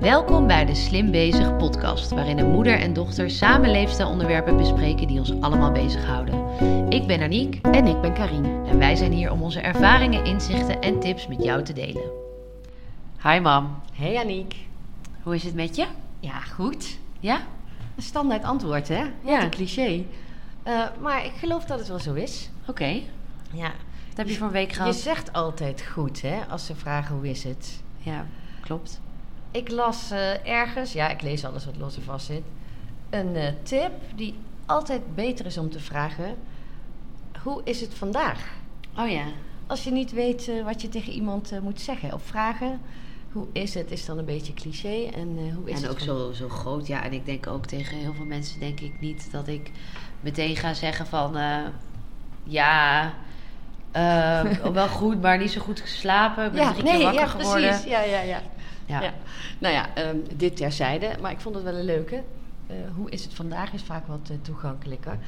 Welkom bij de Slim Bezig podcast, waarin een moeder en dochter samen leefstijlonderwerpen bespreken die ons allemaal bezighouden. Ik ben Aniek En ik ben Karin. en wij zijn hier om onze ervaringen, inzichten en tips met jou te delen. Hi mam, Hey Aniek. hoe is het met je? Ja, goed. Ja? Een standaard antwoord, hè? Ja. Wat een cliché. Eh, maar ik geloof dat het wel zo is. Oké. Ja. Wat heb je voor een week Je gehad? zegt altijd goed, hè? Als ze vragen hoe is het. Ja, klopt. Ik las eh, ergens, ja, ik lees alles wat los en vast zit, een eh, tip die altijd beter is om te vragen: hoe is het vandaag? Oh ja. Als je niet weet eh, wat je tegen iemand eh, moet zeggen of vragen, hoe is het? Is dan een beetje cliché en eh, hoe is het? en ook van- zo, zo groot, ja. En ik denk ook tegen heel veel mensen, denk ik niet dat ik meteen ga zeggen van... eh, ja, eh, wel goed, maar niet zo goed geslapen. Ik ben drie keer wakker ja, geworden. Precies. Ja, ja, ja. Ja. Ja. Nou ja, ehm, dit terzijde, maar ik vond het wel een leuke. Eh, hoe is het vandaag is vaak wat eh, toegankelijker.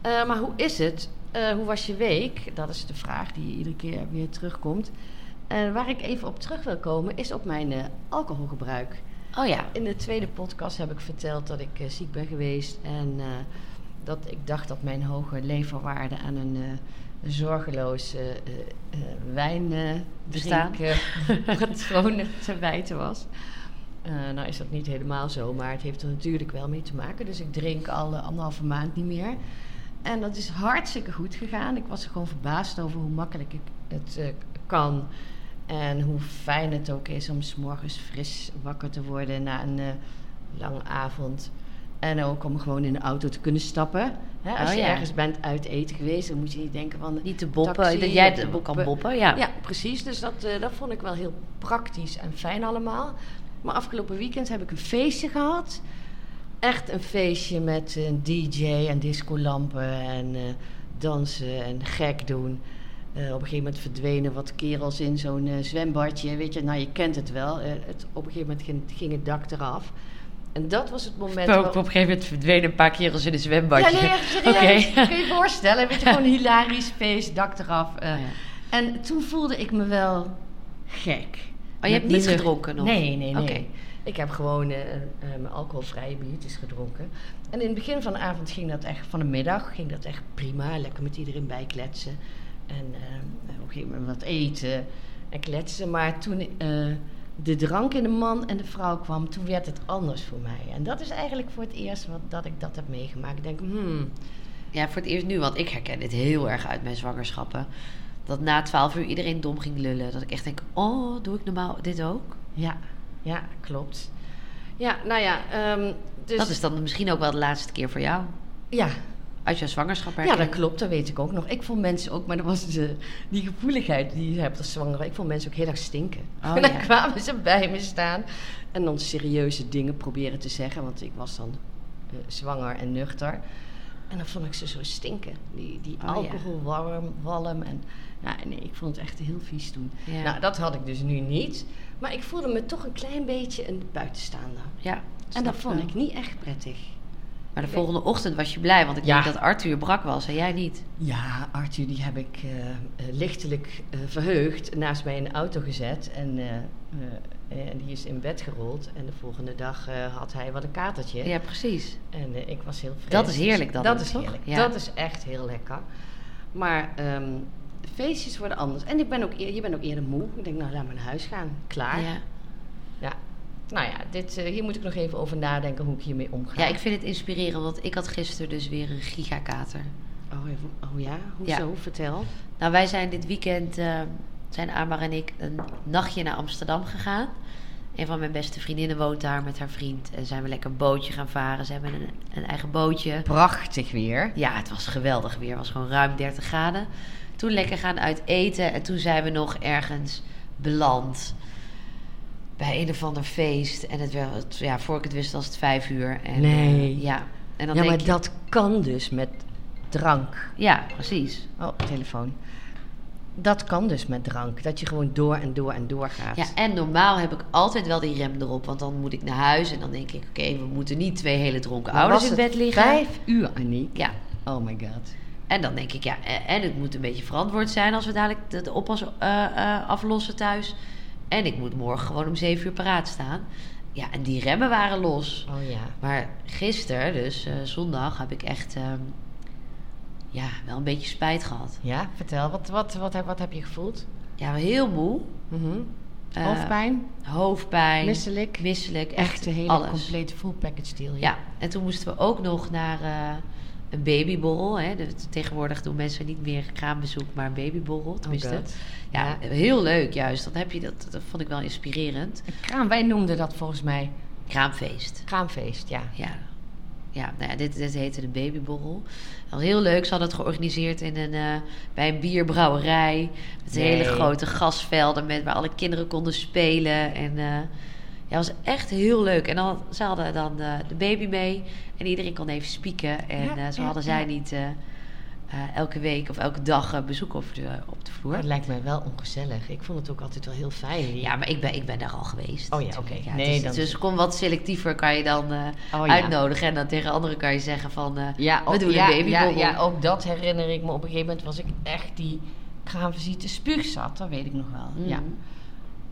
Eh, maar hoe is het? Eh, hoe was je week? Dat is de vraag die iedere keer weer terugkomt. En waar ik even op terug wil komen is op mijn eh, alcoholgebruik. Oh ja. In de tweede podcast heb ik verteld dat ik eh, ziek ben geweest en eh, dat ik dacht dat mijn hoge leverwaarde aan een eh, zorgeloos eh, eh, eh, wijn Bestaan. wijnpatroon te wijten was. Eh, nou is dat niet helemaal zo, maar het heeft er natuurlijk wel mee te maken. Dus ik drink al eh, anderhalve maand niet meer. En dat is hartstikke goed gegaan. Ik was er gewoon verbaasd over hoe makkelijk ik het eh, kan. En hoe fijn het ook is om 's morgens fris wakker te worden na een eh, lange avond. En ook om gewoon in de auto te kunnen stappen. Hè, als Oh, je ja. ergens bent uit eten geweest, dan moet je niet denken van... Niet te boppen. Taxi, dat jij te te boppen. kan boppen. boppen, ja. Ja, precies. Dus dat, eh, dat vond ik wel heel praktisch en fijn allemaal. Maar afgelopen weekend heb ik een feestje gehad. Echt een feestje met een DJ en discolampen en eh, dansen en gek doen. Eh, op een gegeven moment verdwenen wat kerels in zo'n eh, zwembadje. Weet je, nou je kent het wel. Eh, het, op een gegeven moment ging, ging het dak eraf. En dat was het moment. Ook waarop- op een gegeven moment verdwenen een paar kerels in een ja, zwembadje. nee, echt serieus. Kun je je voorstellen? Weet je, gewoon een hilarisch feest, dak eraf. eh. Oh, ja. En toen voelde ik me wel gek. Oh, je hebt Met niets mijn- gedronken nog? Nee, nee, nee. Oké. Ik heb gewoon eh, eh, mijn alcoholvrije biertjes gedronken. En in het begin van de avond ging dat echt, van de middag ging dat echt prima. Lekker met iedereen bijkletsen. En eh, op een gegeven moment wat eten en kletsen. Maar toen eh, de drank in de man en de vrouw kwam, toen werd het anders voor mij. En dat is eigenlijk voor het eerst wat, dat ik dat heb meegemaakt. Ik denk, hmm, Ja, voor het eerst nu, want ik herken dit heel erg uit mijn zwangerschappen. Dat na 12 uur iedereen dom ging lullen. Dat ik echt denk, oh, doe ik normaal dit ook? ja, ja, klopt. Ja, nou ja, ehm, dus... Dat is dan misschien ook wel de laatste keer voor jou. Ja, Uit jouw zwangerschap Ja, herken. dat klopt, dat weet ik ook nog. Ik vond mensen ook, maar dat was de, die gevoeligheid die je hebt als zwangere. Ik vond mensen ook heel erg stinken. Oh, en dan ja. kwamen ze bij me staan en dan serieuze dingen proberen te zeggen, want ik was dan eh, zwanger en nuchter. En dan vond ik ze zo stinken. Die, die Oh, ja. alcoholwarm, walm. En, ja, nee, ik vond het echt heel vies toen. Ja. Nou, dat had ik dus nu niet. Maar ik voelde me toch een klein beetje een buitenstaander. Ja, En snap dat vond wel. ik niet echt prettig. Maar de volgende ochtend was je blij, want ik Ja. denk dat Arthur brak was en jij niet. Ja, Arthur, die heb ik eh, eh, lichtelijk eh, verheugd naast mij in de auto gezet. En, eh, eh, en die is in bed gerold. En de volgende dag eh, had hij wat een katertje. Ja, precies. En eh, ik was heel vreemd. Dat is heerlijk dan Dat ook, is toch? heerlijk. Ja. Dat is echt heel lekker. Maar ehm, de feestjes worden anders. En ik ben ook eer, je bent ook eerder moe. Ik denk, nou, laat maar naar huis gaan. Klaar. Ja. Ja. Nou ja, dit, eh, hier moet ik nog even over nadenken hoe ik hiermee omga. ja, ik vind het inspirerend, want ik had gisteren dus weer een gigakater. oh, even- oh ja, hoezo? Vertel. Nou, wij zijn dit weekend, eh, zijn Amar en ik, een nachtje naar Amsterdam gegaan. Een van mijn beste vriendinnen woont daar met haar vriend. En zijn we lekker een bootje gaan varen. Ze hebben een, een eigen bootje. Prachtig weer. Ja, het was geweldig weer. Het was gewoon ruim 30 graden. Toen lekker gaan uit eten. En toen zijn we nog ergens beland. Bij een of ander feest. En het werd, ja, voor ik het wist was het vijf uur. En, Nee. eh, ja. En dan ja, denk maar je- dat kan dus met drank. Ja, precies. Oh, telefoon. Dat kan dus met drank. Dat je gewoon door en door en door gaat. Ja, en normaal heb ik altijd wel die rem erop. Want dan moet ik naar huis en dan denk ik... Oké, we moeten niet twee hele dronken Maar ouders in was het bed liggen. Vijf uur, Aniek. Ja, Oh my god. en dan denk ik... Ja, e- en het moet een beetje verantwoord zijn als we dadelijk de, de oppas eh, eh, aflossen thuis. En ik moet morgen gewoon om zeven uur paraat staan. Ja, en die remmen waren los. Oh ja. Maar gisteren, dus eh, zondag, heb ik echt ehm, ja, wel een beetje spijt gehad. Ja, vertel. Wat, wat, wat, heb- wat heb je gevoeld? Ja, heel moe. Mhm. Eh, Hoofdpijn? Hoofdpijn. Misselijk? Misselijk. Echt, Echt een hele alles. complete full package deal. Ja, en toen moesten we ook nog naar eh, een babyborrel. Hè. De- tegenwoordig doen mensen niet meer kraambezoek, maar een babyborrel. Tenminste. Oh God. ja, heel leuk juist. Dat, heb je, dat, dat vond ik wel inspirerend. Kraam, wij noemden dat volgens mij Kraamfeest. kraamfeest, ja. Ja, ja, nou ja dit, dit heette de babyborrel. Wel heel leuk, ze hadden het georganiseerd in een, eh, bij een bierbrouwerij. Met Nee. hele grote gasvelden met, waar alle kinderen konden spelen. En eh, ja, het was echt heel leuk. En dan, ze hadden dan eh, de baby mee en iedereen kon even spieken. En Ja, eh, zo ja, hadden ja. zij niet eh, eh, elke week of elke dag eh, bezoek op de, op de vloer. Maar het lijkt mij wel ongezellig. Ik vond het ook altijd wel heel fijn. Ja, maar ik ben, ik ben daar al geweest. Oh ja, natuurlijk. oké. het Nee, is- dan- Dus kom wat selectiever kan je dan eh, Oh, ja. uitnodigen. En dan tegen anderen kan je zeggen van... eh, Ja, We ook- doen een ja, ja, babyborrel. ja, ook dat herinner ik me. Op een gegeven moment was ik echt die kraamvisite spuug zat. Dat weet ik nog wel. mm, Ja.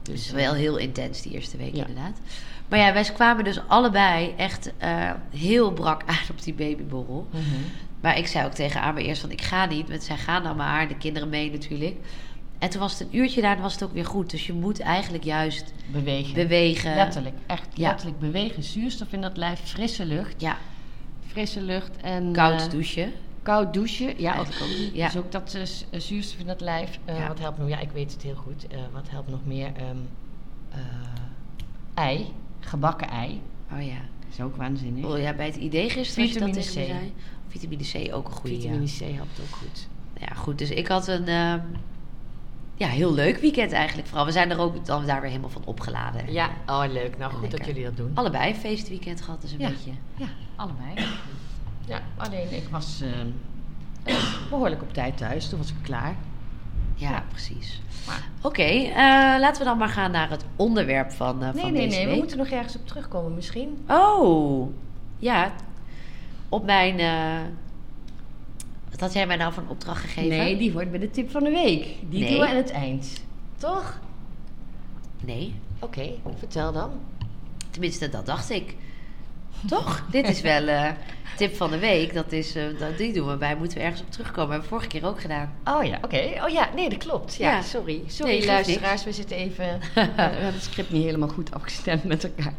Dus Dus, wel heel intens die eerste week Ja. inderdaad. Maar ja, wij kwamen dus allebei echt eh, heel brak aan op die babyborrel. Mhm. Maar ik zei ook tegen Amber eerst van ik ga niet. Want zij gaan dan maar, de kinderen mee natuurlijk. En toen was het een uurtje daar en was het ook weer goed. Dus je moet eigenlijk juist Bewegen. bewegen. letterlijk. Echt ja. letterlijk bewegen. Zuurstof in dat lijf. Frisse lucht. Ja, Frisse lucht en... eh, koud douchen. Koud douchen, ja. Eigenlijk ook. Ja. Dus ook dat eh, s- eh, zuurstof in het lijf. eh, Ja. Wat helpt nog? Ja, ik weet het heel goed. Eh, wat helpt nog meer? Ehm, eh, ei, gebakken ei. Oh ja. is ook waanzinnig. Oh ja, bij het idee gisteren als je dat Hm? Vitamine tegen me C. zei. Vitamine C ook een goede. Vitamine C helpt ook goed. Ja. ja, goed. Dus ik had een ehm, ja, heel leuk weekend eigenlijk. Vooral, we zijn er ook dan daar weer helemaal van opgeladen. En, eh, oh leuk. Nou goed dat jullie dat doen. allebei een feestweekend gehad, dus een Ja. beetje. Ja, allebei. Ja, alleen ik was ehm, behoorlijk op tijd thuis. Toen was ik klaar. Ja, Ja. precies. Maar, Oké, eh, laten we dan maar gaan naar het onderwerp van, eh nee, van nee, deze nee. We week. moeten nog ergens op terugkomen misschien. Oh, ja. Op mijn... eh, Wat had jij mij nou voor een opdracht gegeven? Nee, die wordt bij de tip van de week. Die Nee. doen we aan het eind. Toch? Nee, Oké, vertel dan. Tenminste, dat dacht ik. Toch? Dit is wel eh, tip van de week. Dat is, eh, dat, die doen we bij. Moeten we ergens op terugkomen. Hebben we vorige keer ook gedaan. Oh ja, oké. Oh ja, nee, dat klopt. Ja, Ja. sorry. Sorry, geeft luisteraars. We zitten even... we hebben het script niet helemaal goed afgestemd met elkaar.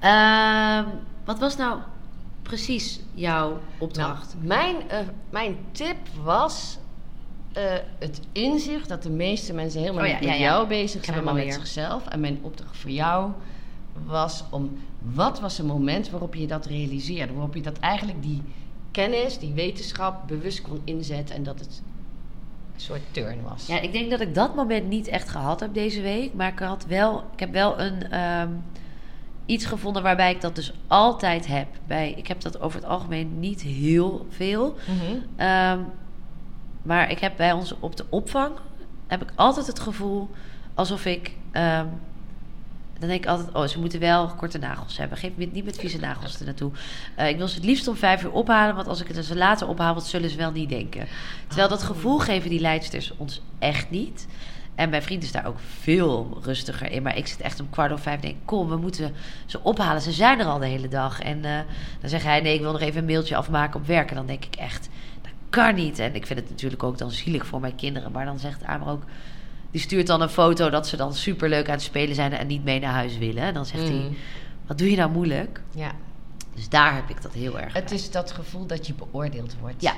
Ehm, wat was nou precies jouw opdracht? Nou, mijn, eh, mijn tip was eh, het inzicht dat de meeste mensen helemaal Oh ja, niet met ja, ja. jou bezig Ik zijn, heb hem maar met alweer. zichzelf. En mijn opdracht voor jou was om, wat was een moment waarop je dat realiseerde? Waarop je dat eigenlijk die kennis, die wetenschap bewust kon inzetten en dat het een soort turn was. Ja, ik denk dat ik dat moment niet echt gehad heb deze week. Maar ik, had wel, ik heb wel een, ehm, iets gevonden waarbij ik dat dus altijd heb. Bij, ik heb dat over het algemeen niet heel veel. Mhm. Ehm, maar ik heb bij ons op de opvang heb ik altijd het gevoel alsof ik. ehm, dan denk ik altijd, oh, ze moeten wel korte nagels hebben. Geef me niet met vieze nagels er naartoe. Eh, ik wil ze het liefst om vijf uur ophalen, want als ik het ze later ophaal, wat zullen ze wel niet denken. Terwijl dat gevoel geven die leidsters ons echt niet. En mijn vriend is daar ook veel rustiger in. Maar ik zit echt om kwart over vijf en denk... kom, we moeten ze ophalen. Ze zijn er al de hele dag. En eh, dan zegt hij... nee, ik wil nog even een mailtje afmaken op werk. En dan denk ik echt... dat kan niet. En ik vind het natuurlijk ook dan zielig voor mijn kinderen. Maar dan zegt Amer ook... die stuurt dan een foto dat ze dan superleuk aan het spelen zijn... en niet mee naar huis willen. En dan zegt hij... Mm. wat doe je nou moeilijk? ja. Dus daar heb ik dat heel erg Het bij. is dat gevoel dat je beoordeeld wordt. Ja,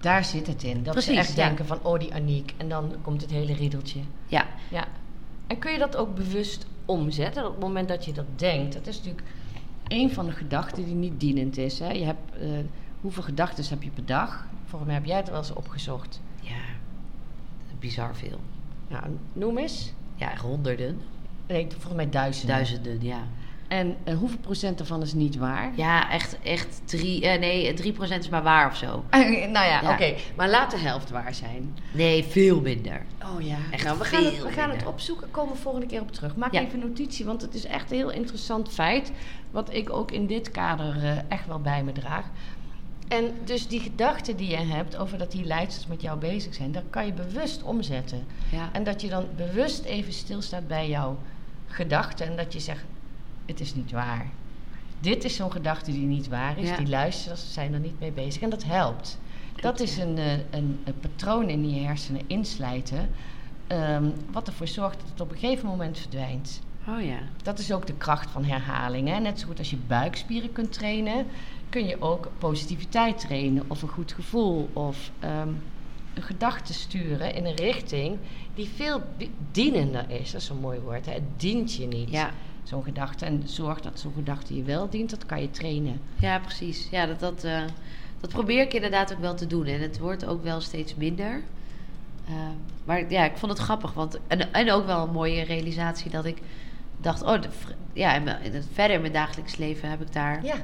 Daar zit het in. Dat ze Precies, echt ja. denken van, oh die Aniek. En dan komt het hele riedeltje. ja. Ja. En kun je dat ook bewust omzetten? Op het moment dat je dat denkt, dat is natuurlijk een van de gedachten die niet dienend is. Hè? Je hebt, eh, hoeveel gedachten heb je per dag? Volgens mij heb jij het wel eens opgezocht. Ja, bizar veel. Nou, noem eens. Ja, honderden. Nee, volgens mij duizenden. Duizenden, ja. En eh, hoeveel procent daarvan is niet waar? Ja, echt, echt drie, eh, nee, 3% is maar waar of zo. nou ja, Ja. oké. Maar laat de helft waar zijn. Nee, veel minder. Oh ja, Echt nou, we, gaan het, veel we gaan het minder. opzoeken, komen we volgende keer op terug. Maak Ja. even notitie, want het is echt een heel interessant feit. Wat ik ook in dit kader eh, echt wel bij me draag. En dus die gedachten die je hebt over dat die leidsters met jou bezig zijn, daar kan je bewust omzetten. Ja. En dat je dan bewust even stilstaat bij jouw gedachten. En dat je zegt: het is niet waar. Dit is zo'n gedachte die niet waar is. Ja. Die luisteraars zijn er niet mee bezig. En dat helpt. Dat Klopt, is ja. een, eh, een, een patroon in je hersenen inslijten. ehm, wat ervoor zorgt dat het op een gegeven moment verdwijnt. Oh ja. Dat is ook de kracht van herhalingen. En Net zo goed als je buikspieren kunt trainen, kun je ook positiviteit trainen of een goed gevoel of ehm, een gedachte sturen in een richting die veel bi- dienender is. Dat is een mooi woord. Hè? Het dient je niet. Ja. Zo'n gedachte. En zorg dat zo'n gedachte je wel dient, dat kan je trainen. Ja, precies. Ja, dat, dat, eh, dat probeer ik inderdaad ook wel te doen. En het wordt ook wel steeds minder. Eh, maar ja, ik vond het grappig. Want, en, en ook wel een mooie realisatie dat ik dacht... Oh, de vr- ja, in mijn- in het- verder in mijn dagelijks leven heb ik daar... Ja.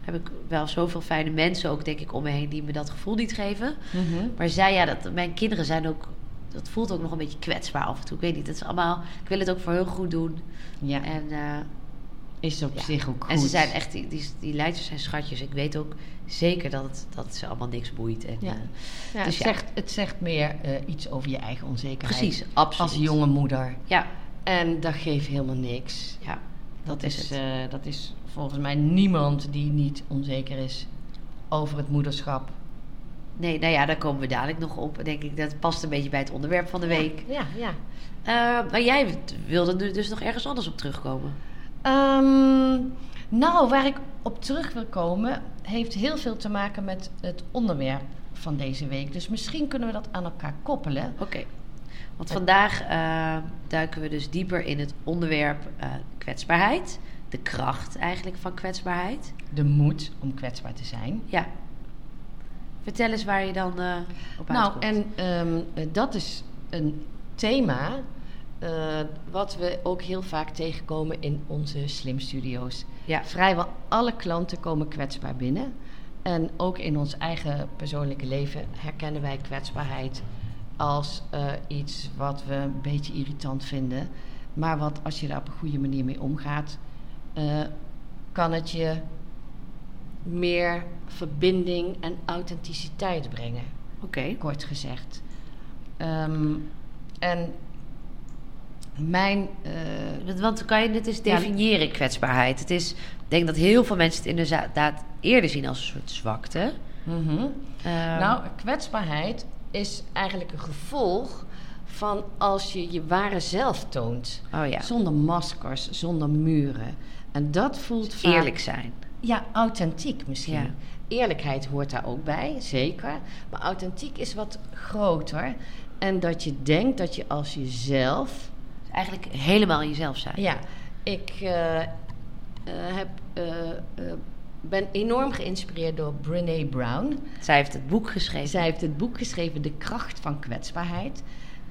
Heb ik wel zoveel fijne mensen ook, denk ik, om me heen... die me dat gevoel niet geven. Maar zij, ja, dat, mijn kinderen zijn ook... Dat voelt ook nog een beetje kwetsbaar af en toe. Ik weet niet, het is allemaal... Ik wil het ook voor hun goed doen. Ja, En... eh, is op Ja. zich ook goed. en ze zijn echt, die, die, die leiders zijn schatjes. Ik weet ook zeker dat, het, dat ze allemaal niks boeit. En, Ja. eh, Ja, dus het, ja. zegt, het zegt meer eh, iets over je eigen onzekerheid. precies, absoluut. Als jonge moeder. Ja, En dat geeft helemaal niks. ja. Dat is is, het. eh, dat is volgens mij niemand die niet onzeker is over het moederschap. Nee, nou ja, daar komen we dadelijk nog op. Denk ik, dat past een beetje bij het onderwerp van de week. Ja, ja. Eh, maar jij wilde nu dus nog ergens anders op terugkomen. Ehm, nou, waar ik op terug wil komen, heeft heel veel te maken met het onderwerp van deze week. Dus misschien kunnen we dat aan elkaar koppelen. Oké. Want vandaag eh, duiken we dus dieper in het onderwerp eh, kwetsbaarheid. De kracht eigenlijk van kwetsbaarheid. De moed om kwetsbaar te zijn. Ja. Vertel eens waar je dan eh op Nou, uitkomt. en ehm, eh, dat is een thema eh, wat we ook heel vaak tegenkomen in onze Slim Studio's. Ja. Vrijwel alle klanten komen kwetsbaar binnen. En ook in ons eigen persoonlijke leven herkennen wij kwetsbaarheid als eh, iets wat we een beetje irritant vinden. Maar wat als je daar op een goede manier mee omgaat, eh, kan het je meer verbinding en authenticiteit brengen, Oké. kort gezegd. Ehm, en mijn. eh, Want- Want kan je dit eens Ja. definiëren, kwetsbaarheid? Het is, ik denk dat heel veel mensen het inderdaad eerder zien als een soort zwakte. mhm. Ehm, Nou, kwetsbaarheid is eigenlijk een gevolg van als je je ware zelf toont. oh ja, Zonder maskers, zonder muren. En dat voelt vaak... Dus eerlijk zijn. Ja, authentiek misschien. Ja. Eerlijkheid hoort daar ook bij, zeker. Maar authentiek is wat groter. En dat je denkt dat je als jezelf... Dus eigenlijk helemaal jezelf zijn. Ja, ik eh, eh, heb, eh, eh, ben enorm geïnspireerd door Brene Brown. Zij heeft het boek geschreven. Zij heeft het boek geschreven, De kracht van kwetsbaarheid.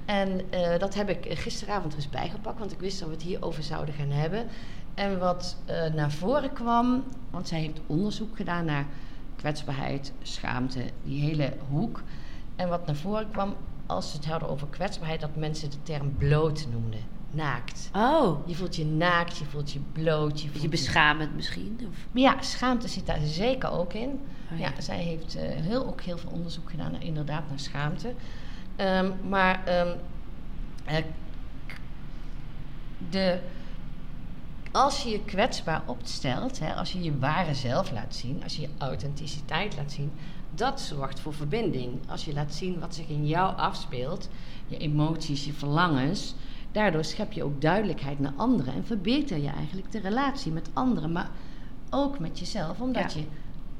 En eh, dat heb ik eh, gisteravond er eens bijgepakt, want ik wist dat we het hierover zouden gaan hebben. En wat eh, naar voren kwam, want zij heeft onderzoek gedaan naar kwetsbaarheid, schaamte, die hele hoek. En wat naar voren kwam, als ze het hadden over kwetsbaarheid, dat mensen de term bloot noemden. Naakt. Oh, Je voelt je naakt, je voelt je bloot, je voelt je beschamend misschien? Of? ja, schaamte zit daar zeker ook in. Oh ja. ja. zij heeft eh, heel, ook heel veel onderzoek gedaan naar, inderdaad naar schaamte. Ehm, maar ehm, eh, k- de, als je je kwetsbaar opstelt, hè, als je je ware zelf laat zien, als je je authenticiteit laat zien, dat zorgt voor verbinding. Als je laat zien wat zich in jou afspeelt, je emoties, je verlangens, daardoor schep je ook duidelijkheid naar anderen en verbeter je eigenlijk de relatie met anderen, maar ook met jezelf, omdat Ja. je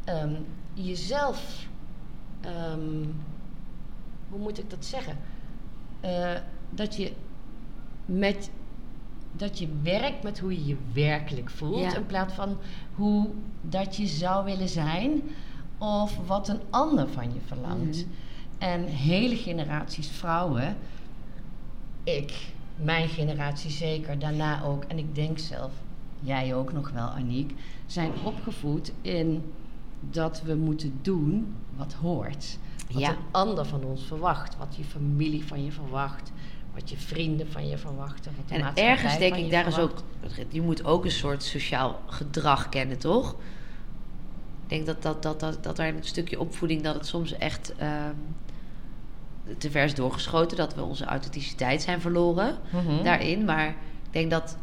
ehm, jezelf, ehm, hoe moet ik dat zeggen? Eh, dat je met dat je werkt met hoe je je werkelijk voelt. Ja. In plaats van hoe dat je zou willen zijn. Of wat een ander van je verlangt. Mhm. En hele generaties vrouwen. Ik, mijn generatie zeker, daarna ook. En ik denk zelf, jij ook nog wel, Aniek. Zijn opgevoed in dat we moeten doen wat hoort. Wat Ja. een ander van ons verwacht. Wat je familie van je verwacht. Wat je vrienden van je verwachten. Wat de En maatschappij ergens denk van ik, je daar is verwacht. ook, je moet ook een soort sociaal gedrag kennen, toch? Ik denk dat, dat, dat, dat, dat daar een stukje opvoeding, dat het soms echt ehm, te ver is doorgeschoten, dat we onze authenticiteit zijn verloren Mhm. daarin. Maar ik denk dat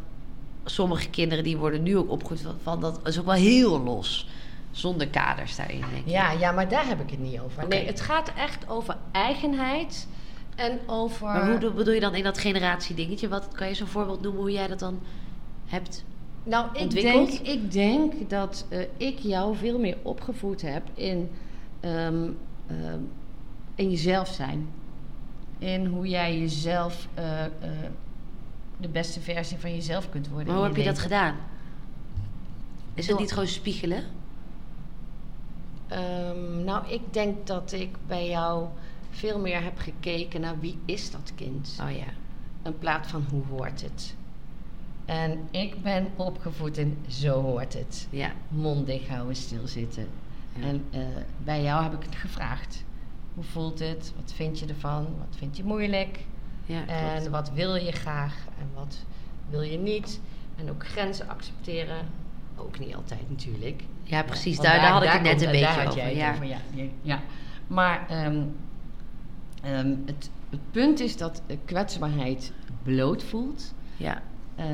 sommige kinderen die worden nu ook opgevoed van, van dat is ook wel heel los. Zonder kaders daarin, denk ik. Ja, ja, maar daar heb ik het niet over. Oké. Nee, het gaat echt over eigenheid en over... Maar hoe do- bedoel je dan in dat generatiedingetje? Wat kan je zo'n voorbeeld noemen hoe jij dat dan hebt? Nou, ik denk, ontwikkeld? ik denk dat eh, ik jou veel meer opgevoed heb in, ehm, ehm, in jezelf zijn. In hoe jij jezelf eh, eh, de beste versie van jezelf kunt worden. Maar hoe in heb je dat leven. gedaan? Is het Door- niet gewoon spiegelen? Ehm, nou, ik denk dat ik bij jou veel meer heb gekeken naar wie is dat kind. Oh ja. In plaats van hoe hoort het. En ik ben opgevoed in zo hoort het. Ja. mond dicht houden, stilzitten. Ja. En eh, bij jou heb ik het gevraagd. Hoe voelt het? Wat vind je ervan? Wat vind je moeilijk? Ja, en klopt. wat wil je graag? En wat wil je niet? En ook grenzen accepteren. Ook niet altijd natuurlijk. ja precies. Want Daar, daar had ik het net komt- een daar beetje had over. jij het Ja. over, Ja, ja, ja. Maar ehm, ehm, het, het punt is dat eh, kwetsbaarheid bloot voelt. ja. eh,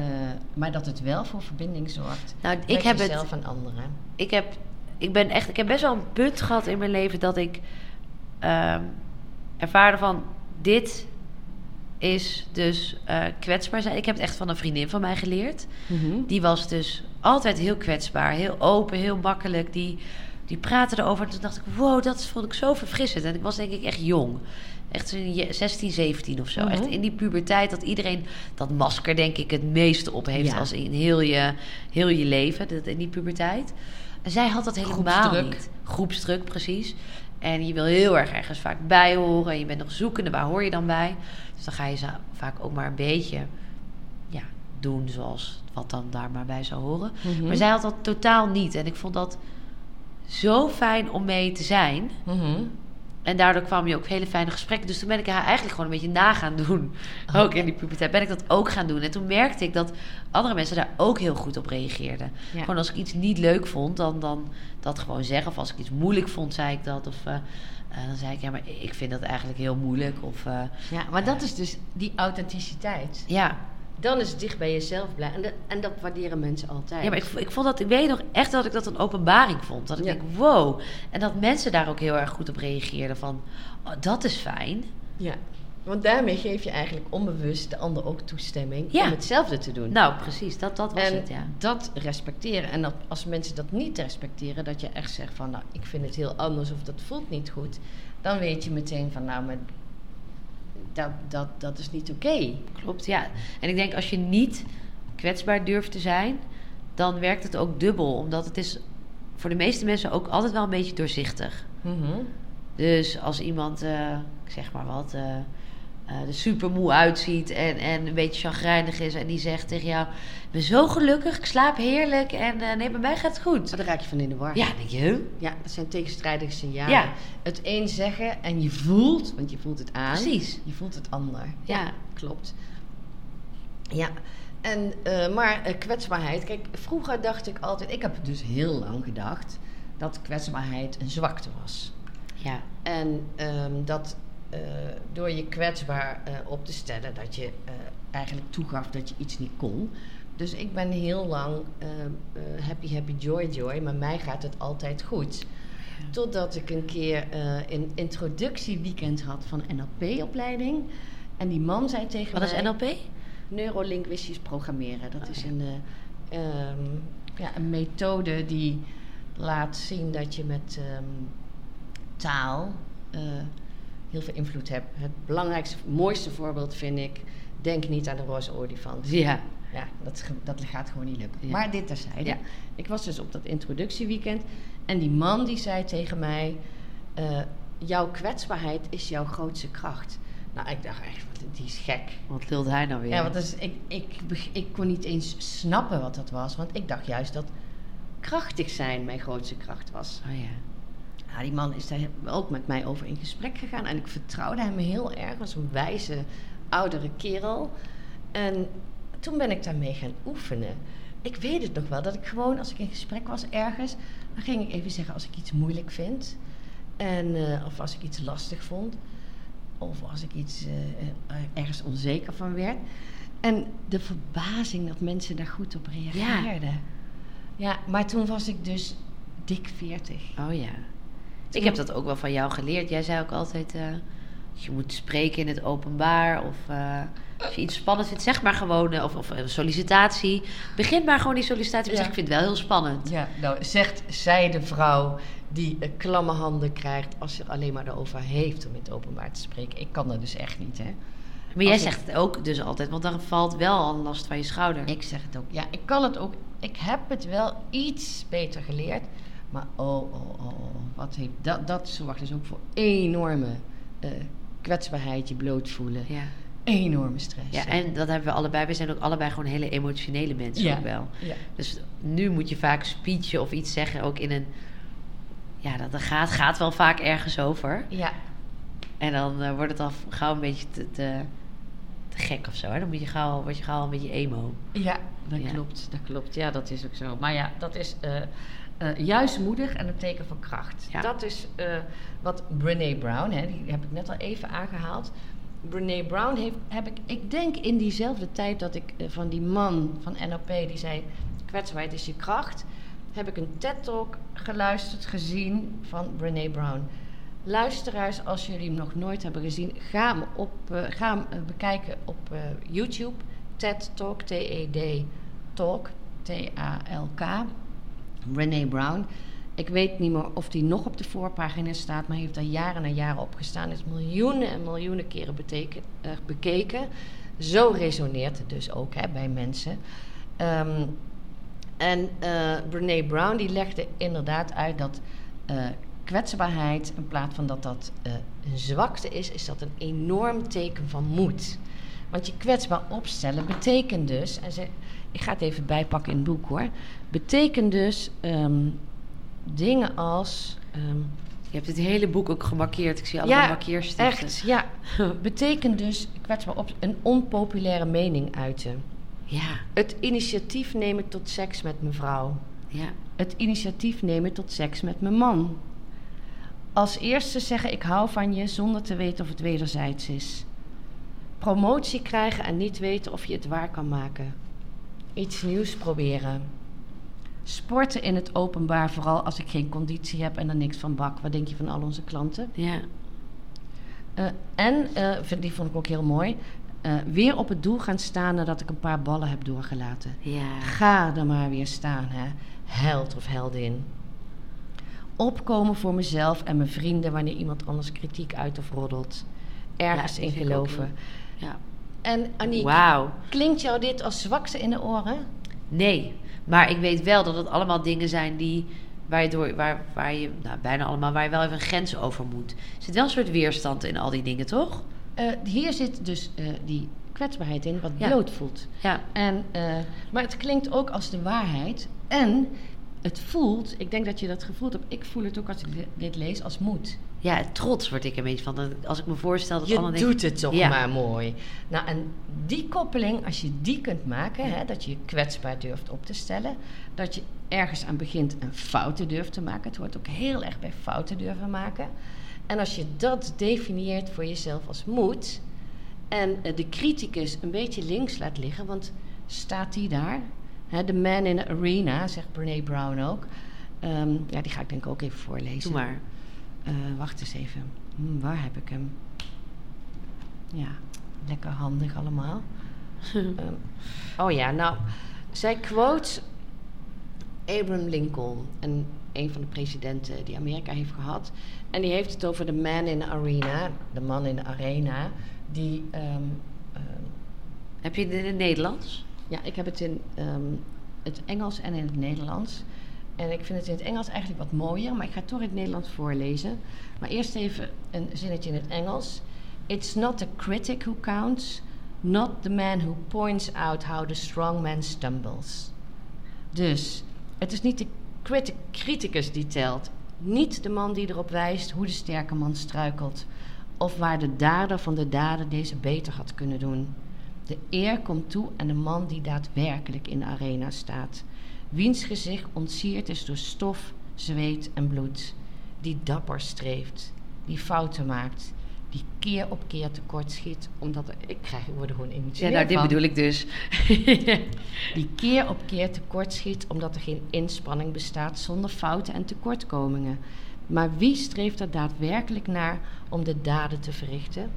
maar dat het wel voor verbinding zorgt. Nou, ik met heb het- jezelf en anderen. ik heb, ik ben echt, ik heb best wel een put gehad in mijn leven dat ik ehm, ervaarde van dit is dus eh, kwetsbaar zijn. Ik heb het echt van een vriendin van mij geleerd. Mm-hmm. Die was dus altijd heel kwetsbaar, heel open, heel makkelijk. Die, die praatte erover. En toen dacht ik, wow, dat vond ik zo verfrissend. En ik was denk ik echt jong. Echt zo'n je- 16, 17 of zo. Mhm. Echt in die puberteit dat iedereen dat masker denk ik het meeste op heeft. Ja. Als in heel je, heel je leven, dat- in die puberteit. En zij had dat helemaal Groepsdruk. niet. Groepsdruk, precies. En je wil heel erg ergens vaak bij horen. En je bent nog zoekende, waar hoor je dan bij? Dus dan ga je ze vaak ook maar een beetje ja, doen zoals wat dan daar maar bij zou horen. Mhm. Maar zij had dat totaal niet. En ik vond dat zo fijn om mee te zijn. Mhm. En daardoor kwam je op hele fijne gesprekken. Dus toen ben ik haar eigenlijk gewoon een beetje na gaan doen. Oh. Ook in die puberteit ben ik dat ook gaan doen. En toen merkte ik dat andere mensen daar ook heel goed op reageerden. Ja. Gewoon als ik iets niet leuk vond, dan, dan dat gewoon zeggen. Of als ik iets moeilijk vond, zei ik dat. Of eh, eh, dan zei ik, ja, maar ik vind dat eigenlijk heel moeilijk. Of eh, Ja, maar dat is dus die authenticiteit. ja, Dan is het dicht bij jezelf blijven. En, dat- en dat waarderen mensen altijd. Ja, maar ik, v- ik vond dat, ik weet nog echt dat ik dat een openbaring vond. Dat ik Ja. denk, wow. En dat mensen daar ook heel erg goed op reageerden van, oh, dat is fijn. Ja. Want daarmee geef je eigenlijk onbewust de ander ook toestemming Ja. om hetzelfde te doen. Nou, precies, dat, dat was en het, ja. dat respecteren. En dat, als mensen dat niet respecteren, dat je echt zegt van, nou, ik vind het heel anders of dat voelt niet goed. Dan weet je meteen van, nou, maar dat, dat, dat is niet oké. Klopt, ja. En ik denk, als je niet kwetsbaar durft te zijn, dan werkt het ook dubbel. Omdat het is voor de meeste mensen ook altijd wel een beetje doorzichtig. Dus als iemand, eh, ik zeg maar wat, eh eh, er super moe uitziet en, en een beetje chagrijnig is en die zegt tegen jou: Ik ben zo gelukkig, ik slaap heerlijk en eh, nee, bij mij gaat het goed. Maar daar Dus raak je van in de war. Ja, denk je, huh? Ja, dat zijn tegenstrijdige signalen. Ja. Het een zeggen en je voelt, want je voelt het aan. Precies. Je voelt het ander. Ja. klopt. Ja, en, eh, maar eh, kwetsbaarheid. Kijk, vroeger dacht ik altijd, ik heb dus heel lang gedacht dat kwetsbaarheid een zwakte was. Ja, En ehm, dat eh, door je kwetsbaar eh, op te stellen, dat je eh, eigenlijk toegaf dat je iets niet kon. Dus ik ben heel lang ehm, eh, happy, happy, joy, joy. Maar mij gaat het altijd goed. Totdat ik een keer eh, een introductieweekend had van NLP-opleiding. En die man zei tegen wat is mij... NLP? Neurolinguistisch programmeren. Dat Oh, is ja. een, eh, ehm, ja, een methode die laat zien dat je met ehm, taal eh, heel veel invloed hebt. Het belangrijkste, mooiste voorbeeld vind ik: denk niet aan de roze olifant. Ja. Ja, dat, is ge- dat gaat gewoon niet lukken. Ja. Maar dit terzijde. Ja. Ik was dus op dat introductieweekend en die man die zei tegen mij: eh, Jouw kwetsbaarheid is jouw grootste kracht. Nou, ik dacht echt, wat- die is gek. Wat lult hij nou weer? Ja, want dat is- ik, ik, beg- ik kon niet eens snappen wat dat was. Want ik dacht juist dat krachtig zijn mijn grootste kracht was. Oh ja. Ja, die man is daar ook met mij over in gesprek gegaan. En ik vertrouwde hem heel erg. was een wijze, oudere kerel. En toen ben ik daarmee gaan oefenen. Ik weet het nog wel, dat ik gewoon als ik in gesprek was ergens... dan ging ik even zeggen als ik iets moeilijk vind. En, eh, of als ik iets lastig vond. Of als ik iets eh, eh, ergens onzeker van werd. En de verbazing dat mensen daar goed op reageerden. Ja, maar toen was ik dus dik 40. Oh ja. Ik heb dat ook wel van jou geleerd. Jij zei ook altijd, eh, je moet spreken in het openbaar. Of eh, als je iets spannends vindt, zeg maar gewoon. eh, of of een sollicitatie. Begin maar gewoon die sollicitatie. Ja. Zeg, ik vind het wel heel spannend. Ja, nou zegt zij de vrouw die eh, klamme handen krijgt als ze er alleen maar erover heeft om in het openbaar te spreken. Ik kan dat dus echt niet, hè? Maar jij Als ik- zegt het ook dus altijd. Want dan valt wel al een last van je schouder. Ik zeg het ook. Ja, ik kan het ook. Ik heb het wel iets beter geleerd. Maar oh, oh, oh, oh, wat heeft dat? Dat zorgt dus ook voor enorme eh, kwetsbaarheid, je bloot voelen. Ja. Enorme stress. ja, en dat hebben we allebei. We zijn ook allebei gewoon hele emotionele mensen Ja. ook wel. Ja. Dus nu moet je vaak speechen of iets zeggen. Ook in een... Ja, dat dat gaat, gaat wel vaak ergens over. Ja, En dan eh, wordt het al gauw een beetje te, te, te gek of zo. Hè? Dan moet je gauw, word je gauw een beetje emo. ja, dat Ja. klopt. Dat klopt. Ja, dat is ook zo. Maar ja, dat is eh, eh, juist moedig en een teken van kracht. Ja. Dat is eh, wat Brene Brown, hè, die heb ik net al even aangehaald. Brene Brown heeft, heb ik, ik denk in diezelfde tijd dat ik eh, van die man van NLP die zei: kwetsbaarheid is je kracht, heb ik een TED-talk geluisterd, gezien van Brene Brown. Luisteraars, als jullie hem nog nooit hebben gezien, ga hem, op, eh, ga hem eh, bekijken op eh, YouTube. TED Talk, T-E-D Talk, T-A-L-K. Brene Brown. Ik weet niet meer of die nog op de voorpagina staat, maar hij heeft daar jaren en jaren op gestaan. Is miljoenen en miljoenen keren beteken- eh, bekeken. Zo resoneert het dus ook hè, bij mensen. Ehm, en eh Brene Brown die legde inderdaad uit dat eh, kwetsbaarheid, in plaats van dat dat eh, een zwakte is, is dat een enorm teken van moed. Want je kwetsbaar opstellen betekent dus, en ze, ik ga het even bijpakken in het boek hoor, betekent dus ehm, dingen als. ehm, Je hebt het hele boek ook gemarkeerd. Ik zie allemaal markeerstiften. echt, ja. Betekent dus kwetsbaar op een onpopulaire mening uiten. Ja, Het initiatief nemen tot seks met mevrouw. ja. Het initiatief nemen tot seks met mijn man. Als eerste zeggen ik hou van je zonder te weten of het wederzijds is. Promotie krijgen en niet weten of je het waar kan maken. Iets nieuws proberen. Sporten in het openbaar, vooral als ik geen conditie heb en er niks van bak. Wat denk je van al onze klanten? ja. Eh, en, eh, vind- die vond ik ook heel mooi, eh, weer op het doel gaan staan nadat ik een paar ballen heb doorgelaten. Ja. Ga er maar weer staan, hè. Held of heldin. Opkomen voor mezelf en mijn vrienden wanneer iemand anders kritiek uit of roddelt. Ergens Ja, in die vind ik ook geloven. ja. En Annie, Wauw. klinkt jou dit als zwakte in de oren? Nee, maar ik weet wel dat het allemaal dingen zijn die... Waar je, door, waar, waar je nou, bijna allemaal, waar je wel even een grens over moet. Er zit wel een soort weerstand in al die dingen, toch? Eh, hier zit dus eh, die kwetsbaarheid in, wat Ja. bloot voelt. Ja, En, eh, maar het klinkt ook als de waarheid. En het voelt, ik denk dat je dat gevoeld hebt, ik voel het ook als ik di- dit lees, als moed. ja trots word ik een beetje van. Dat- Als ik me voorstel dat Je allemaal dingen- doet het toch Ja. maar mooi. Nou, en die koppeling, als je die kunt maken, hè, dat je je kwetsbaar durft op te stellen, dat je ergens aan begint en fouten durft te maken. Het hoort ook heel erg bij fouten durven maken. En als je dat definieert voor jezelf als moed en eh, de criticus een beetje links laat liggen, want staat die daar? Hè, De man in the arena, zegt Brene Brown ook. Ehm, ja, die ga ik denk ik ook even voorlezen. Doe maar. Eh, wacht eens even. Hmm, waar heb ik hem? Ja, lekker handig allemaal. Ehm, oh ja, nou, zij quote Abraham Lincoln, een, een van de presidenten die Amerika heeft gehad. En die heeft het over de man in the arena, de man in de arena, die ehm, ehm, Heb je het in het Nederlands? ja, ik heb het in ehm, het Engels en in het Nederlands. En ik vind het in het Engels eigenlijk wat mooier, maar ik ga het toch in het Nederlands voorlezen. Maar eerst even een zinnetje in het Engels. It's not the critic who counts, not the man who points out how the strong man stumbles. Dus het is niet de criti- criticus die telt. Niet de man die erop wijst hoe de sterke man struikelt. Of waar de dader van de dader deze beter had kunnen doen. De eer komt toe aan de man die daadwerkelijk in de arena staat. Wiens gezicht ontsierd is door stof, zweet en bloed. Die dapper streeft. Die fouten maakt. die keer op keer tekort schiet. Omdat er- ik krijg, ik word er gewoon Ja, emotioneel nou, dit van. bedoel ik dus. Die keer op keer tekort schiet omdat er geen inspanning bestaat zonder fouten en tekortkomingen. Maar wie streeft er daadwerkelijk naar om de daden te verrichten?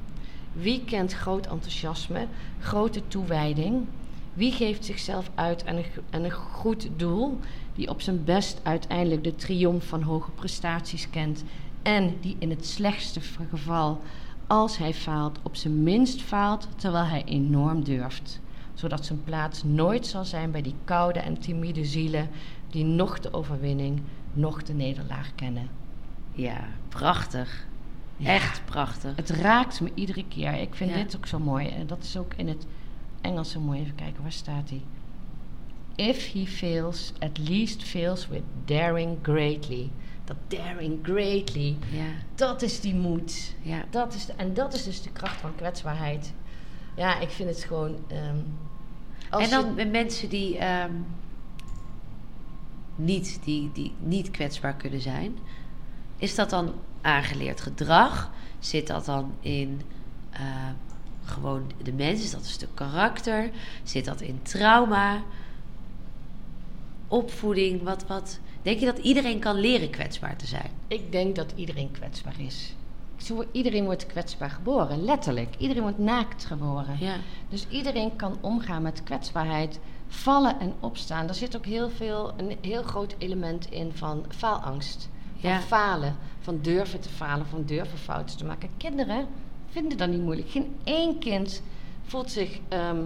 Wie kent groot enthousiasme, grote toewijding? Wie geeft zichzelf uit aan een, go- aan een goed doel die op zijn best uiteindelijk de triomf van hoge prestaties kent en die in het slechtste v- geval, als hij faalt, op zijn minst faalt terwijl hij enorm durft? zodat zijn plaats nooit zal zijn bij die koude en timide zielen die nog de overwinning, nog de nederlaag kennen. Ja, prachtig. Ja. Echt prachtig. Het raakt me iedere keer. Ik vind Ja. dit ook zo mooi. En dat is ook in het Engels zo mooi. Even kijken, waar staat hij? If he fails, at least fails with daring greatly. Dat daring greatly, Ja, dat is die moed. ja. Dat is de- en dat is dus de kracht van kwetsbaarheid. Ja, ik vind het gewoon. ehm, als en je- dan met mensen die, ehm, niet, die, die niet kwetsbaar kunnen zijn. Is dat dan aangeleerd gedrag? Zit dat dan in eh, gewoon de mens? Is dat een stuk karakter? Zit dat in trauma? Opvoeding? Wat, wat? Denk je dat iedereen kan leren kwetsbaar te zijn? Ik denk dat iedereen kwetsbaar is. Zo wo- Iedereen wordt kwetsbaar geboren, letterlijk. Iedereen wordt naakt geboren. Ja. Dus iedereen kan omgaan met kwetsbaarheid, vallen en opstaan. Daar zit ook heel veel, een heel groot element in van faalangst. Van Ja. falen, van durven te falen, van durven fouten te maken. Kinderen vinden dat niet moeilijk. Geen één kind voelt zich ehm,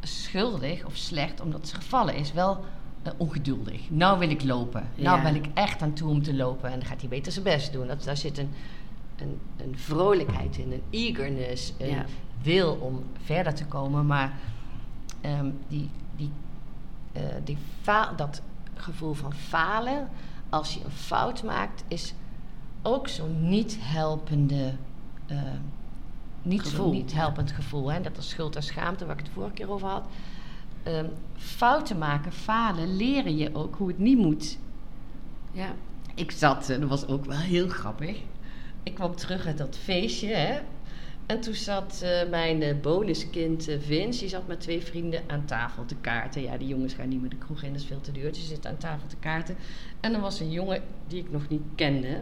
schuldig of slecht omdat ze gevallen is. Wel eh, ongeduldig. Nou wil ik lopen. Nou Ja. ben ik echt aan toe om te lopen. En dan gaat hij beter zijn best doen. Dat, daar zit een, een, een vrolijkheid in, een eagerness, een Ja. wil om verder te komen. Maar ehm, die, die, eh, die fa- dat gevoel van falen, als je een fout maakt, is ook zo'n niet helpende. eh, niet Gevoel. zo'n niet helpend gevoel. Hè? Dat is schuld en schaamte, waar ik het vorige keer over had. Ehm, fouten maken, falen, leren je ook hoe het niet moet. Ja. Ik zat, en dat was ook wel heel grappig. Ik kwam terug uit dat feestje, hè. En toen zat eh, mijn eh, bonuskind eh, Vince, die zat met twee vrienden aan tafel te kaarten. Ja, die jongens gaan niet meer de kroeg in, dat is veel te duur. Dus ze zitten aan tafel te kaarten. En er was een jongen die ik nog niet kende.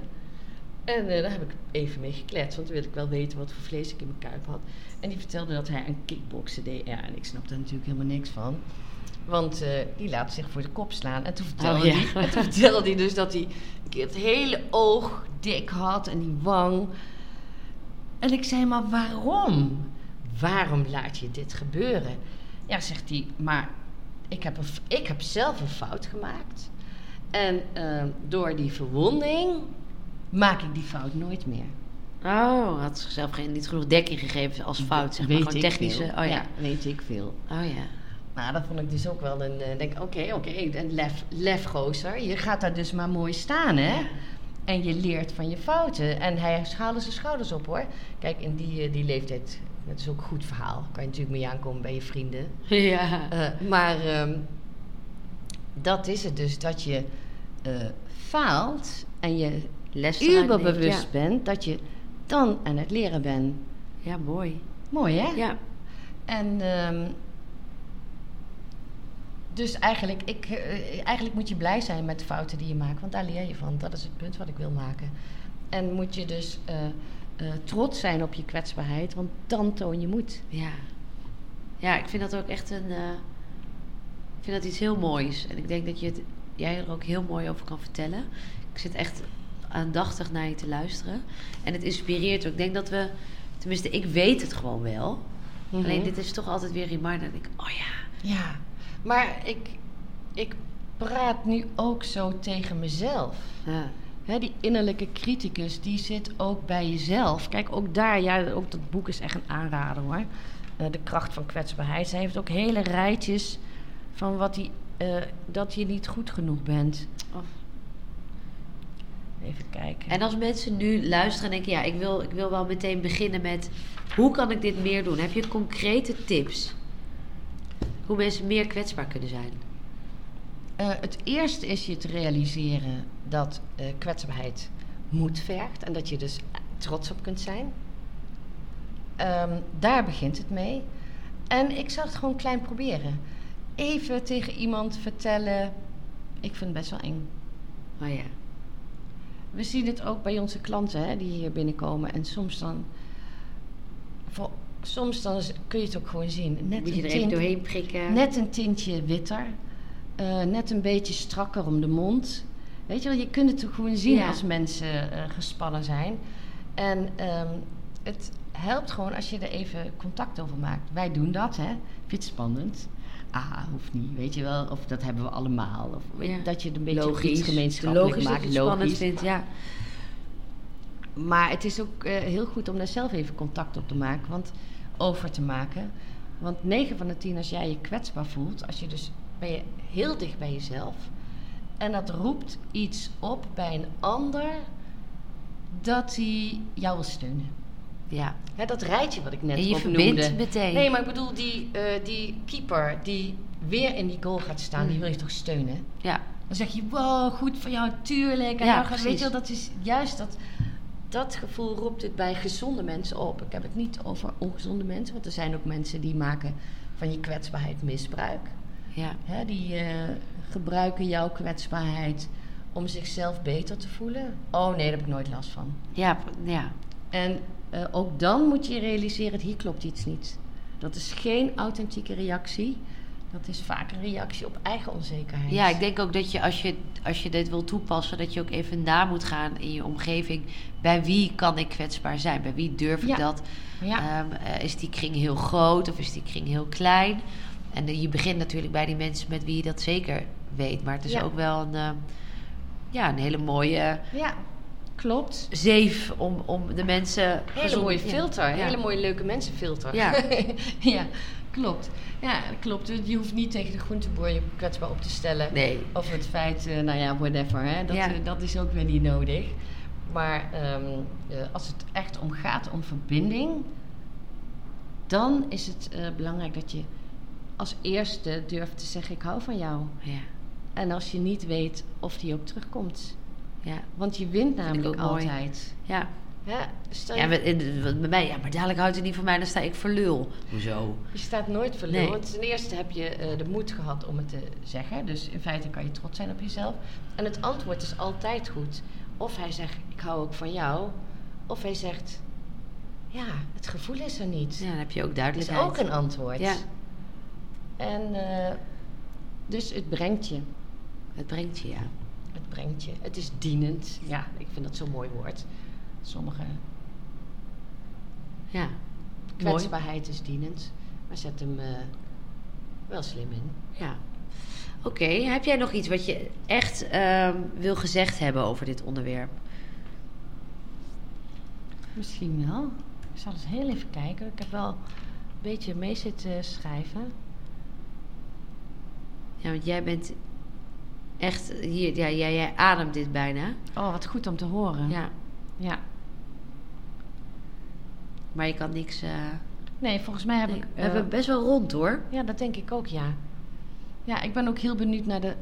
En eh, daar heb ik even mee gekletst, want dan wilde ik wel weten wat voor vlees ik in mijn kuip had. En die vertelde dat hij aan kickboksen deed. Ja, en ik snap daar natuurlijk helemaal niks van. Want eh, die laat zich voor de kop slaan. En toen vertelde, ja. hij, en toen vertelde hij dus dat hij een keer het hele oog dik had en die wang. En ik zei, maar waarom? Waarom laat je dit gebeuren? Ja, zegt hij, maar ik heb, een f- ik heb zelf een fout gemaakt. En eh, door die verwonding maak ik die fout nooit meer. Oh, had zichzelf geen, niet genoeg dekking gegeven als fout, zeg maar. Gewoon technische. veel. Oh ja. weet ik veel. Oh ja. Maar dat vond ik dus ook wel een... eh, denk, oké, oké, een lef, lefgozer. Je gaat daar dus maar mooi staan, hè? En je leert van je fouten. En hij haalde zijn schouders op, hoor. Kijk, in die, eh, die leeftijd... Dat is ook een goed verhaal. Kan je natuurlijk mee aankomen bij je vrienden. Ja. Eh, maar ehm, dat is het dus, dat je eh, faalt en je Les eruit neemt, uberbewust ja. bent dat je dan aan het leren bent. Ja, mooi. Mooi, hè? Ja. En ehm, dus eigenlijk, ik, eh, eigenlijk moet je blij zijn met de fouten die je maakt, want daar leer je van. Dat is het punt wat ik wil maken. En moet je dus eh, eh, trots zijn op je kwetsbaarheid, want dan toon je moed. Ja. Ja, ik vind dat ook echt een. eh, ik vind dat iets heel moois. En ik denk dat je het, jij er ook heel mooi over kan vertellen. Ik zit echt aandachtig naar je te luisteren. En het inspireert ook. Ik denk dat we. Tenminste, ik weet het gewoon wel. Alleen dit is toch altijd weer een reminder. Dat ik, oh ja. Ja, maar ik, ik praat nu ook zo tegen mezelf. Ja. Hè, die innerlijke criticus, die zit ook bij jezelf. Kijk, ook daar, ja, ook dat boek is echt een aanrader hoor. Eh, de kracht van kwetsbaarheid. Zij heeft ook hele rijtjes van wat die, eh, dat je niet goed genoeg bent. Even kijken. Oh, En als mensen nu luisteren en denken, ja, ik wil, ik wil wel meteen beginnen met hoe kan ik dit meer doen? Heb je concrete tips? Hoe mensen meer kwetsbaar kunnen zijn? Eh, het eerste is je te realiseren dat eh, kwetsbaarheid moed vergt. En dat je dus trots op kunt zijn. Ehm, daar begint het mee. En ik zou het gewoon klein proberen. Even tegen iemand vertellen. Ik vind het best wel eng. Oh ja. We zien het ook bij onze klanten hè, die hier binnenkomen. En soms dan. voor- soms dan is- kun je het ook gewoon zien. Net Moet een je er even tint- doorheen prikken. Net een tintje witter. eh, net een beetje strakker om de mond. Weet je wel, je kunt het toch gewoon zien Ja. als mensen eh, gespannen zijn. En ehm, het helpt gewoon als je er even contact over maakt. Wij doen dat, hè. Vind je het spannend? Ah, hoeft niet. Weet je wel, of dat hebben we allemaal. Of, weet je, Ja. Dat je het een beetje op iets gemeenschappelijk logisch maakt. dat je het spannend logisch. vindt, ja. Maar het is ook eh, heel goed om daar zelf even contact op te maken, want over te maken. Want 9 van de 10, als jij je kwetsbaar voelt, als je dus ben je heel dicht bij jezelf en dat roept iets op bij een ander dat hij jou wil steunen. Ja, Hè, dat rijtje wat ik net En je opnoemde. verbindt meteen. Nee, maar ik bedoel, die, eh, die keeper die weer in die goal gaat staan, die Mm. wil je toch steunen? ja. Dan zeg je, wow, goed voor jou, tuurlijk. En Ja, dan gaat, weet precies. je wel, dat is juist dat, dat gevoel roept het bij gezonde mensen op. Ik heb het niet over ongezonde mensen, want er zijn ook mensen die maken van je kwetsbaarheid misbruik. ja. Hè, die eh, gebruiken jouw kwetsbaarheid om zichzelf beter te voelen. Oh nee, daar heb ik nooit last van. Ja, p- ja. En eh, ook dan moet je realiseren, hier klopt iets niet. Dat is geen authentieke reactie. Dat is vaak een reactie op eigen onzekerheid. ja, ik denk ook dat je als, je als je dit wil toepassen, dat je ook even na moet gaan in je omgeving. Bij wie kan ik kwetsbaar zijn? Bij wie durf ik Ja. dat? Ja. Ehm, eh, is die kring heel groot of is die kring heel klein? En eh, je begint natuurlijk bij die mensen met wie je dat zeker weet. Maar het is Ja. ook wel een, eh, ja, een hele mooie Ja, klopt. zeef om, om de mensen... Hele mooie ja. filter, Ja. hele mooie leuke mensenfilter. Ja. ja, klopt. Ja, klopt. Je hoeft niet tegen de groenteboer je kwetsbaar op te stellen. Nee. Of het feit, eh, nou ja, whatever. Hè. Dat, Ja. eh, dat is ook weer niet nodig. Maar ehm, eh, als het echt om gaat om verbinding, dan is het eh, belangrijk dat je als eerste durft te zeggen: Ik hou van jou. Ja, En als je niet weet of die ook terugkomt. ja. Want je wint ik namelijk ook mooi. altijd. ja. Ja, stel Ja, je maar, eh, wat bij mij, ja, maar dadelijk houdt hij niet van mij, dan sta ik voor lul. Hoezo? Je staat nooit verloren. Nee. Want ten eerste heb je eh, de moed gehad om het te zeggen. Dus in feite kan je trots zijn op jezelf. En het antwoord is altijd goed. Of hij zegt, ik hou ook van jou. Of hij zegt, ja, het gevoel is er niet. Dus Ja, dan heb je ook dat is duidelijkheid. ook een antwoord. Ja. En eh, dus het brengt je. Het brengt je, ja. Het brengt je. Het is dienend. Ja, ik vind dat zo'n mooi woord. Sommige Ja. Mooi. kwetsbaarheid is dienend. Maar zet hem eh, wel slim in. Ja. Oké, heb jij nog iets wat je echt ehm, wil gezegd hebben over dit onderwerp? Misschien wel. Ik zal eens heel even kijken. Ik heb wel een beetje mee zitten schrijven. Ja, want jij bent echt hier, ja, jij, jij ademt dit bijna. Oh, wat goed om te horen. Ja. ja. Maar je kan niks. eh, Nee, volgens mij heb nee. ik... we eh, hebben best wel rond hoor. Ja, dat denk ik ook, ja. Ja, ik ben ook heel benieuwd naar de...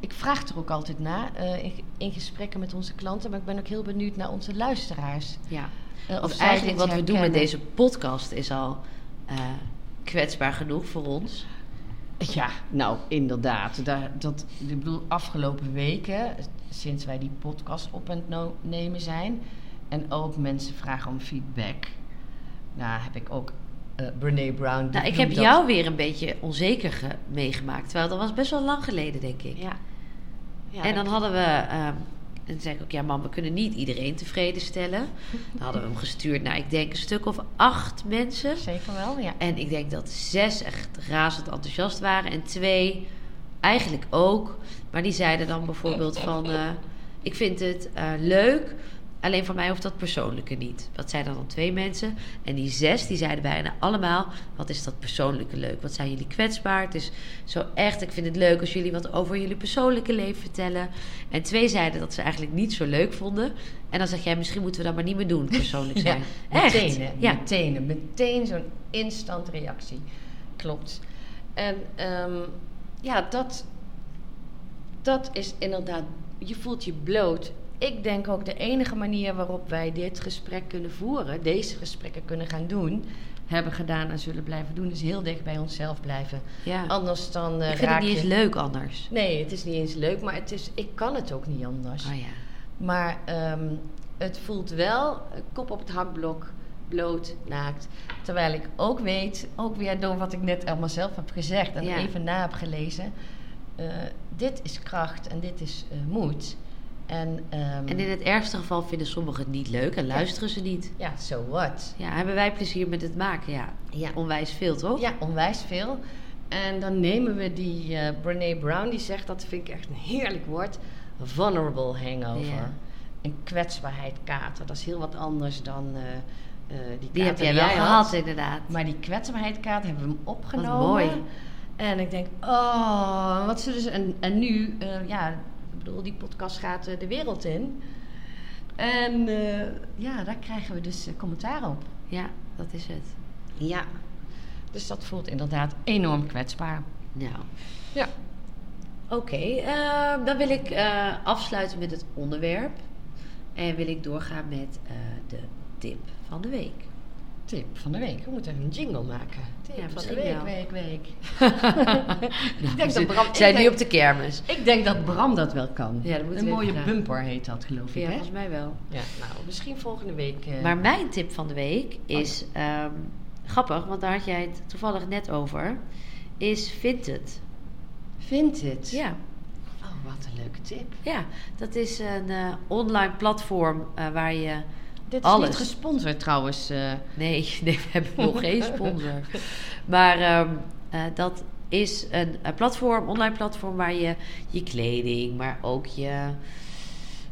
Ik vraag er ook altijd naar eh, in, in gesprekken met onze klanten. Maar ik ben ook heel benieuwd naar onze luisteraars. Ja. Eh, Of zij eigenlijk dit wat we doen met herkennen. deze podcast is al eh, kwetsbaar genoeg voor ons. Ja, nou inderdaad. Daar, dat, ik bedoel, afgelopen weken, sinds wij die podcast op en no- nemen zijn, en ook mensen vragen om feedback. Nou, heb ik ook eh Brene Brown. die Nou, ik heb noemt dat- jou weer een beetje onzeker ge- meegemaakt. Terwijl dat was best wel lang geleden, denk ik. Ja. Ja, en dan dat- hadden we. ehm, en toen zei ik ook, ja, mam, we kunnen niet iedereen tevreden stellen. Dan hadden we hem gestuurd naar, ik denk, een stuk of acht mensen. Zeker wel, ja. En ik denk dat zes echt razend enthousiast waren. En twee eigenlijk ook. Maar die zeiden dan bijvoorbeeld van... eh, ik vind het eh, leuk, alleen voor mij hoeft dat persoonlijke niet. Dat zeiden dan twee mensen. En die zes, die zeiden bijna allemaal... wat is dat persoonlijke leuk? Wat zijn jullie kwetsbaar? Het is zo echt, ik vind het leuk als jullie wat over jullie persoonlijke leven vertellen. En twee zeiden dat ze eigenlijk niet zo leuk vonden. En dan zeg jij, misschien moeten we dat maar niet meer doen, persoonlijk zijn. echt. Meteen, hè? Ja. meteen, meteen zo'n instant reactie. Klopt. En ehm, ja, dat, dat is inderdaad, je voelt je bloot. ik denk ook de enige manier waarop wij dit gesprek kunnen voeren, deze gesprekken kunnen gaan doen, hebben gedaan en zullen blijven doen, is heel dicht bij onszelf blijven. Ja. Anders dan eh ik vind raak het niet je- eens leuk anders. Nee, het is niet eens leuk, maar het is, ik kan het ook niet anders. Oh ja. Maar ehm, het voelt wel eh, kop op het hakblok, bloot, naakt. Terwijl ik ook weet, ook weer door wat ik net allemaal zelf heb gezegd en Ja. even na heb gelezen. eh, dit is kracht en dit is eh, moed. En, ehm, En in het ergste geval vinden sommigen het niet leuk en luisteren ze niet. ja, so what? Ja, hebben wij plezier met het maken? Ja, Ja. onwijs veel toch? Ja, onwijs veel. En dan nemen we die eh, Brene Brown, die zegt, dat vind ik echt een heerlijk woord, vulnerable hangover. Ja. Een kwetsbaarheid kater, dat is heel wat anders dan eh, eh, die kater Die heb jij die wel jij had. gehad, inderdaad. Maar die kwetsbaarheidkaart hebben we hem opgenomen. Wat mooi. En ik denk, oh, wat zullen ze... En, en nu, eh, ja, ik bedoel, die podcast gaat eh, de wereld in. En eh, ja, daar krijgen we dus eh, commentaar op. Ja, dat is het. Ja. Dus dat voelt inderdaad enorm kwetsbaar. Nou, Ja. oké. eh, dan wil ik eh, afsluiten met het onderwerp. En wil ik doorgaan met eh, de tip van de week. Tip van de week. We moeten even een jingle maken. Tip Ja, van de misschien week, wel. week, week. Nou, ik, denk ze dat Bram, ik, zijn nu denk, op de kermis. ik denk dat Bram dat wel kan. Ja, dat moeten we een even mooie vragen. bumper heet dat, geloof ik, Ja, hè? volgens mij wel. Ja, nou, misschien volgende week. eh, Maar mijn tip van de week is ehm, grappig, want daar had jij het toevallig net over. Is Vinted. vindt het? Ja, Oh, wat een leuke tip. ja dat is een eh, online platform eh, waar je. Dit is Alles. niet gesponsord trouwens. eh. Nee, nee we hebben nog geen sponsor. Maar ehm, eh, dat is een, eh, platform, online platform waar je je kleding, maar ook je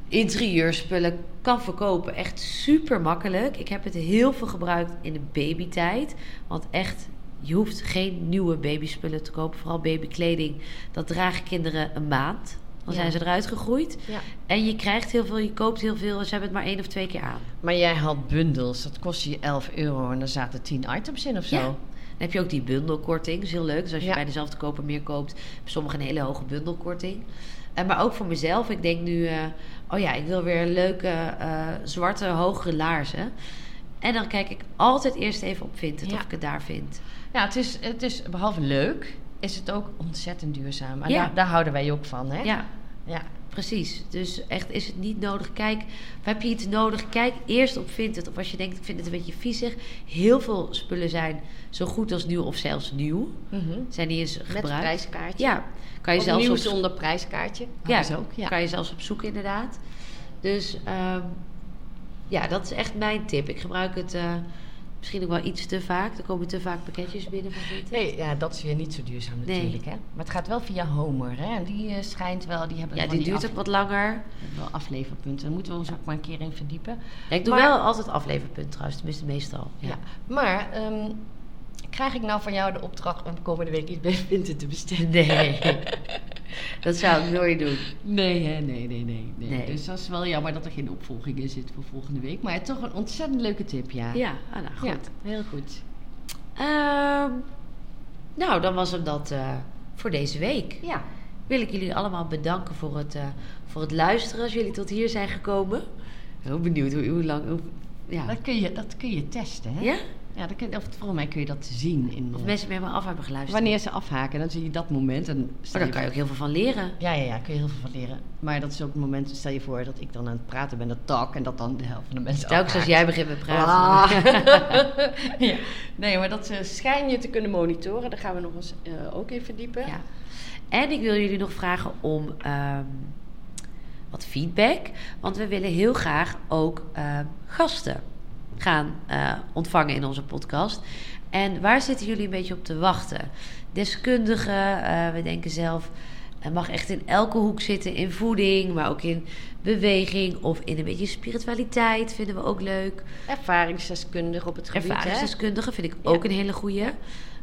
interieurspullen kan verkopen. Echt super makkelijk. Ik heb het heel veel gebruikt in de babytijd. Want echt, je hoeft geen nieuwe babyspullen te kopen. Vooral babykleding. Dat dragen kinderen een maand. Dan Ja. zijn ze eruit gegroeid. ja. En je krijgt heel veel, je koopt heel veel. en Ze hebben het maar één of twee keer aan. Maar jij had bundels, dat kostte je 11 euro en daar zaten 10 items in of zo. Ja. Dan heb je ook die bundelkorting, dat is heel leuk. Dus als je Ja. bij dezelfde koper meer koopt, hebben sommigen een hele hoge bundelkorting. En maar ook voor mezelf, ik denk nu, eh, oh ja, ik wil weer leuke eh, zwarte hogere laarzen. En dan kijk ik altijd eerst even op Vinted Ja. of ik het daar vind. Ja, het is, het is behalve leuk, is het ook ontzettend duurzaam. En Ja. daar, daar houden wij ook van, hè? Ja, Ja. precies. Dus echt is het niet nodig. Kijk, of heb je iets nodig? Kijk eerst op Vinted. Of als je denkt, ik vind het een beetje viezig. Heel veel spullen zijn zo goed als nieuw of zelfs nieuw. Mhm. Zijn niet eens gebruikt. Met een prijskaartje. Ja, kan je Of zelfs nieuw op zonder prijskaartje. Ah, Ja, Dat is ook. Ja. kan je zelfs op zoeken inderdaad. Dus ehm, ja, dat is echt mijn tip. Ik gebruik het eh, misschien ook wel iets te vaak. Er komen te vaak pakketjes binnen van dit. Nee, ja, dat is weer niet zo duurzaam Nee. natuurlijk, hè? Maar het gaat wel via Homer, hè? En die eh, schijnt wel, die hebben Ja, van die duurt ook af- wat langer. wel afleverpunten. Daar moeten we ons ook maar een keer in verdiepen. Ja, ik doe Maar- wel altijd afleverpunt trouwens, tenminste meestal. Ja. Ja. Maar ehm, krijg ik nou van jou de opdracht om komende week iets bij Vinted te bestellen? Nee, dat zou ik nooit doen. Nee, hè? Nee, nee, nee, nee, Nee. Dus dat is wel jammer dat er geen opvolging in zit voor volgende week. Maar toch een ontzettend leuke tip, ja. Ja, ah, nou goed. Ja, heel goed. Ehm, nou, dan was hem dat eh, voor deze week. Ja. wil ik jullie allemaal bedanken voor het, eh, voor het luisteren als jullie tot hier zijn gekomen. Heel benieuwd hoe, hoe lang. Hoe, ja. Dat kun je, dat kun je testen, hè? ja? Ja, dat kun, of volgens mij kun je dat zien in... Of eh, mensen me helemaal af hebben geluisterd. Wanneer ze afhaken, dan zie je dat moment. En Maar daar kan je ook heel veel van leren. Ja, ja, ja, kun je heel veel van leren. Maar dat is ook het moment, stel je voor dat ik dan aan het praten ben, dat talk, en dat dan de helft van de mensen Dus Telkens als afhaakt. jij begint met praten. Ah. ja. Nee, maar dat eh, schijn je te kunnen monitoren, daar gaan we nog eens eh, ook in verdiepen. Ja. En ik wil jullie nog vragen om ehm, wat feedback. Want we willen heel graag ook ehm, gasten gaan eh, ontvangen in onze podcast. En waar zitten jullie een beetje op te wachten? Deskundigen, eh, we denken zelf. Het mag echt in elke hoek zitten. In voeding, maar ook in beweging. Of in een beetje spiritualiteit vinden we ook leuk. Ervaringsdeskundig op het gebied, hè? Ervaringsdeskundigen vind ik ook een hele goeie.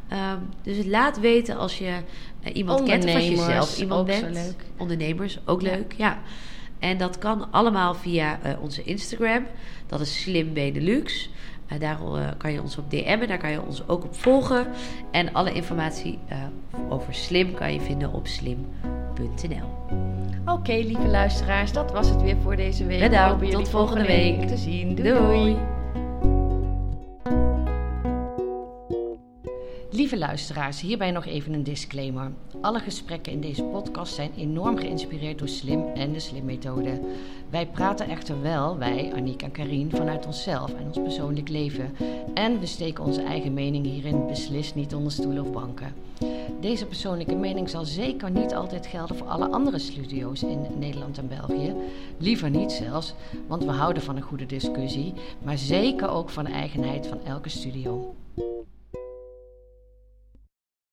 Ehm, dus laat weten als je eh, iemand kent of als je Ondernemers, zelf iemand ook zo bent. leuk. Ondernemers, ook Ja. leuk, ja. En dat kan allemaal via eh, onze Instagram. Dat is Slim Benelux. Eh, daar eh, kan je ons op DM'en, daar kan je ons ook op volgen. En alle informatie eh, over Slim kan je vinden op slim.nl. www.wijnvrouwenpodcast.nl Oké, lieve luisteraars, dat was het weer voor deze week. Bedankt, We hopen jullie tot volgende week. te zien. Doei, Doei. doei. Lieve luisteraars, hierbij nog even een disclaimer. Alle gesprekken in deze podcast zijn enorm geïnspireerd door Slim en de Slim-methode. Wij praten echter wel, wij, Aniek en Karin, vanuit onszelf en ons persoonlijk leven. En we steken onze eigen mening hierin beslist niet onder stoelen of banken. Deze persoonlijke mening zal zeker niet altijd gelden voor alle andere studio's in Nederland en België. Liever niet zelfs, want we houden van een goede discussie, maar zeker ook van de eigenheid van elke studio.